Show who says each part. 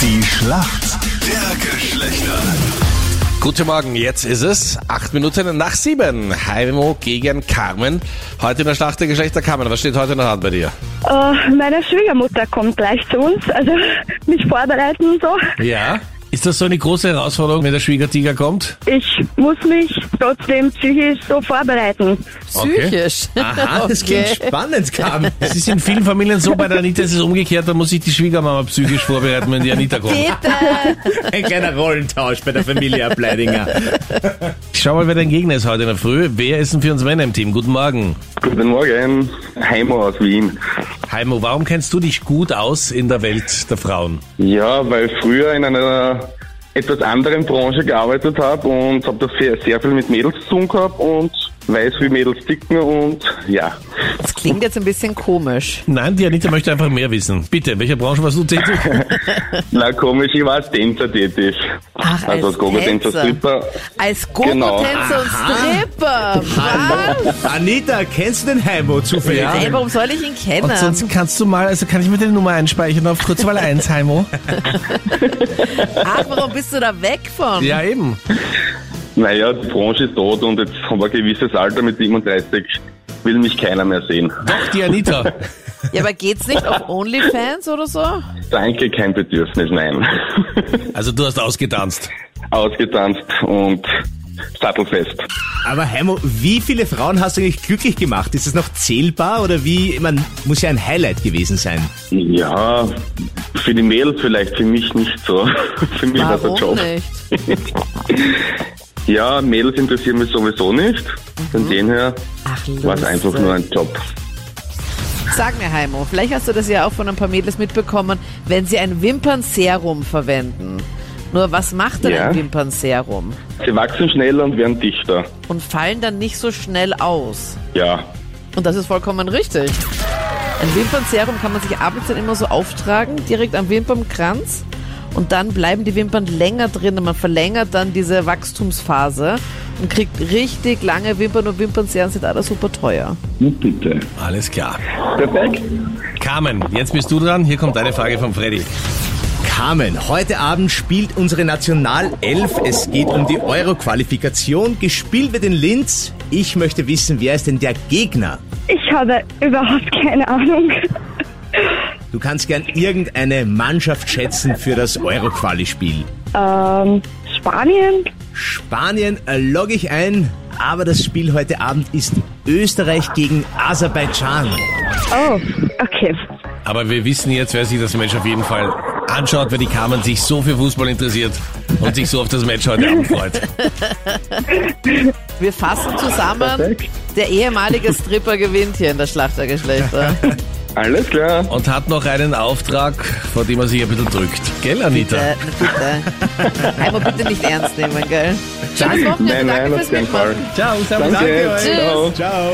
Speaker 1: Die Schlacht der Geschlechter.
Speaker 2: Guten Morgen, jetzt ist es acht Minuten nach sieben. Heimo gegen Carmen. Heute in der Schlacht der Geschlechter. Carmen, was steht heute in der Hand bei dir?
Speaker 3: Äh, meine Schwiegermutter kommt gleich zu uns, also mich vorbereiten und so.
Speaker 2: Ja. Ist das so eine große Herausforderung, wenn der Schwiegertiger kommt?
Speaker 3: Ich muss mich trotzdem psychisch so vorbereiten.
Speaker 2: Okay.
Speaker 4: Psychisch.
Speaker 5: Aha, das klingt
Speaker 4: Okay.
Speaker 5: spannend, Carmen.
Speaker 2: Es ist in vielen Familien so, bei der Anita ist es umgekehrt, da muss sich die Schwiegermama psychisch vorbereiten, wenn die Anita kommt.
Speaker 5: Ein kleiner Rollentausch bei der Familie Ableidinger.
Speaker 2: Ich schau mal, wer dein Gegner ist heute in der Früh. Wer ist denn für uns Männer im Team? Guten Morgen.
Speaker 6: Guten Morgen, Heimo aus Wien.
Speaker 2: Heimo, warum kennst du dich gut aus in der Welt der Frauen?
Speaker 6: Ja, weil ich früher in einer etwas anderen Branche gearbeitet habe und habe da sehr, sehr viel mit Mädels zu tun gehabt und weiß, wie Mädels ticken und ja.
Speaker 4: Das klingt jetzt ein bisschen komisch.
Speaker 2: Nein, die Anita möchte einfach mehr wissen. Bitte, in welcher Branche warst du tätig?
Speaker 6: Na komisch, ich war als Tänzer tätig.
Speaker 4: Ach,
Speaker 6: also
Speaker 4: als
Speaker 6: als Gogo-Tänzer,
Speaker 4: Tänzer.
Speaker 6: Stripper.
Speaker 4: Als
Speaker 6: Genau.
Speaker 4: Gogotänzer und Stripper. Was?
Speaker 5: Anita, kennst du den Heimo zufällig?
Speaker 4: Ey, warum soll ich ihn kennen?
Speaker 2: Ansonsten kannst du mal, also kann ich mir deine Nummer einspeichern auf Kurzwahl 1, Heimo?
Speaker 4: Ach, warum bist du da weg von?
Speaker 2: Ja, eben.
Speaker 6: Naja, die Branche ist tot und jetzt haben wir ein gewisses Alter mit 37, will mich keiner mehr sehen.
Speaker 2: Doch, die Anita.
Speaker 4: Ja, aber geht's nicht auf OnlyFans oder so?
Speaker 6: Danke, kein Bedürfnis, nein.
Speaker 2: Also du hast ausgetanzt.
Speaker 6: Ausgetanzt und sattelfest.
Speaker 5: Aber Heimo, wie viele Frauen hast du eigentlich glücklich gemacht? Ist das noch zählbar oder wie? Man muss ja ein Highlight gewesen sein.
Speaker 6: Ja, für die Mädels vielleicht, für mich nicht so. Für mich war es ein
Speaker 4: Warum
Speaker 6: Job.
Speaker 4: nicht?
Speaker 6: Ja, Mädels interessieren mich sowieso nicht.
Speaker 4: Mhm.
Speaker 6: Von dem her
Speaker 4: Ach,
Speaker 6: war es einfach
Speaker 4: lustig.
Speaker 6: nur ein Job.
Speaker 4: Sag mir, Heimo, vielleicht hast du das ja auch von ein paar Mädels mitbekommen, wenn sie ein Wimpernserum verwenden. Nur was macht denn
Speaker 6: Ja.
Speaker 4: ein Wimpernserum?
Speaker 6: Sie wachsen schneller und werden dichter.
Speaker 4: Und fallen dann nicht so schnell aus.
Speaker 6: Ja,
Speaker 4: Und das ist vollkommen richtig. Ein Wimpernserum kann man sich abends dann immer so auftragen, direkt am Wimpernkranz. Und dann bleiben die Wimpern länger drin und man verlängert dann diese Wachstumsphase und kriegt richtig lange Wimpern und Wimpernserren sind alle super teuer.
Speaker 6: gut Hm, bitte.
Speaker 2: Alles klar.
Speaker 6: Perfekt.
Speaker 2: Carmen, jetzt bist du dran. Hier kommt eine Frage von Freddy.
Speaker 5: Carmen, heute Abend spielt unsere Nationalelf. Es geht um die Euro-Qualifikation. Gespielt wird in Linz. Ich möchte wissen, wer ist denn der Gegner?
Speaker 3: Ich habe überhaupt keine Ahnung.
Speaker 5: Du kannst gern irgendeine Mannschaft schätzen für das Euro-Quali-Spiel.
Speaker 3: Ähm, Spanien?
Speaker 5: Spanien äh, logge ich ein, aber das Spiel heute Abend ist Österreich gegen Aserbaidschan.
Speaker 3: Oh, okay.
Speaker 2: Aber wir wissen jetzt, wer sich das Match auf jeden Fall anschaut, weil die Carmen sich so für Fußball interessiert und sich so auf das Match heute Abend freut.
Speaker 4: Wir fassen zusammen,
Speaker 6: Perfekt.
Speaker 4: der ehemalige Stripper gewinnt hier in der Schlachtergeschlechter.
Speaker 6: Alles klar.
Speaker 2: Und hat noch einen Auftrag, vor dem er sich ein bisschen drückt. Gell, Anita?
Speaker 4: Bitte, Äh, bitte. Einmal bitte nicht ernst nehmen, gell? Schönes Wochenende,
Speaker 6: Nein, nein,
Speaker 4: danke
Speaker 6: auf
Speaker 4: fürs
Speaker 6: keinen Fall.
Speaker 4: Mitmachen.
Speaker 2: Ciao, servus.
Speaker 6: Danke.
Speaker 5: euch.
Speaker 6: Ciao.
Speaker 5: Ciao.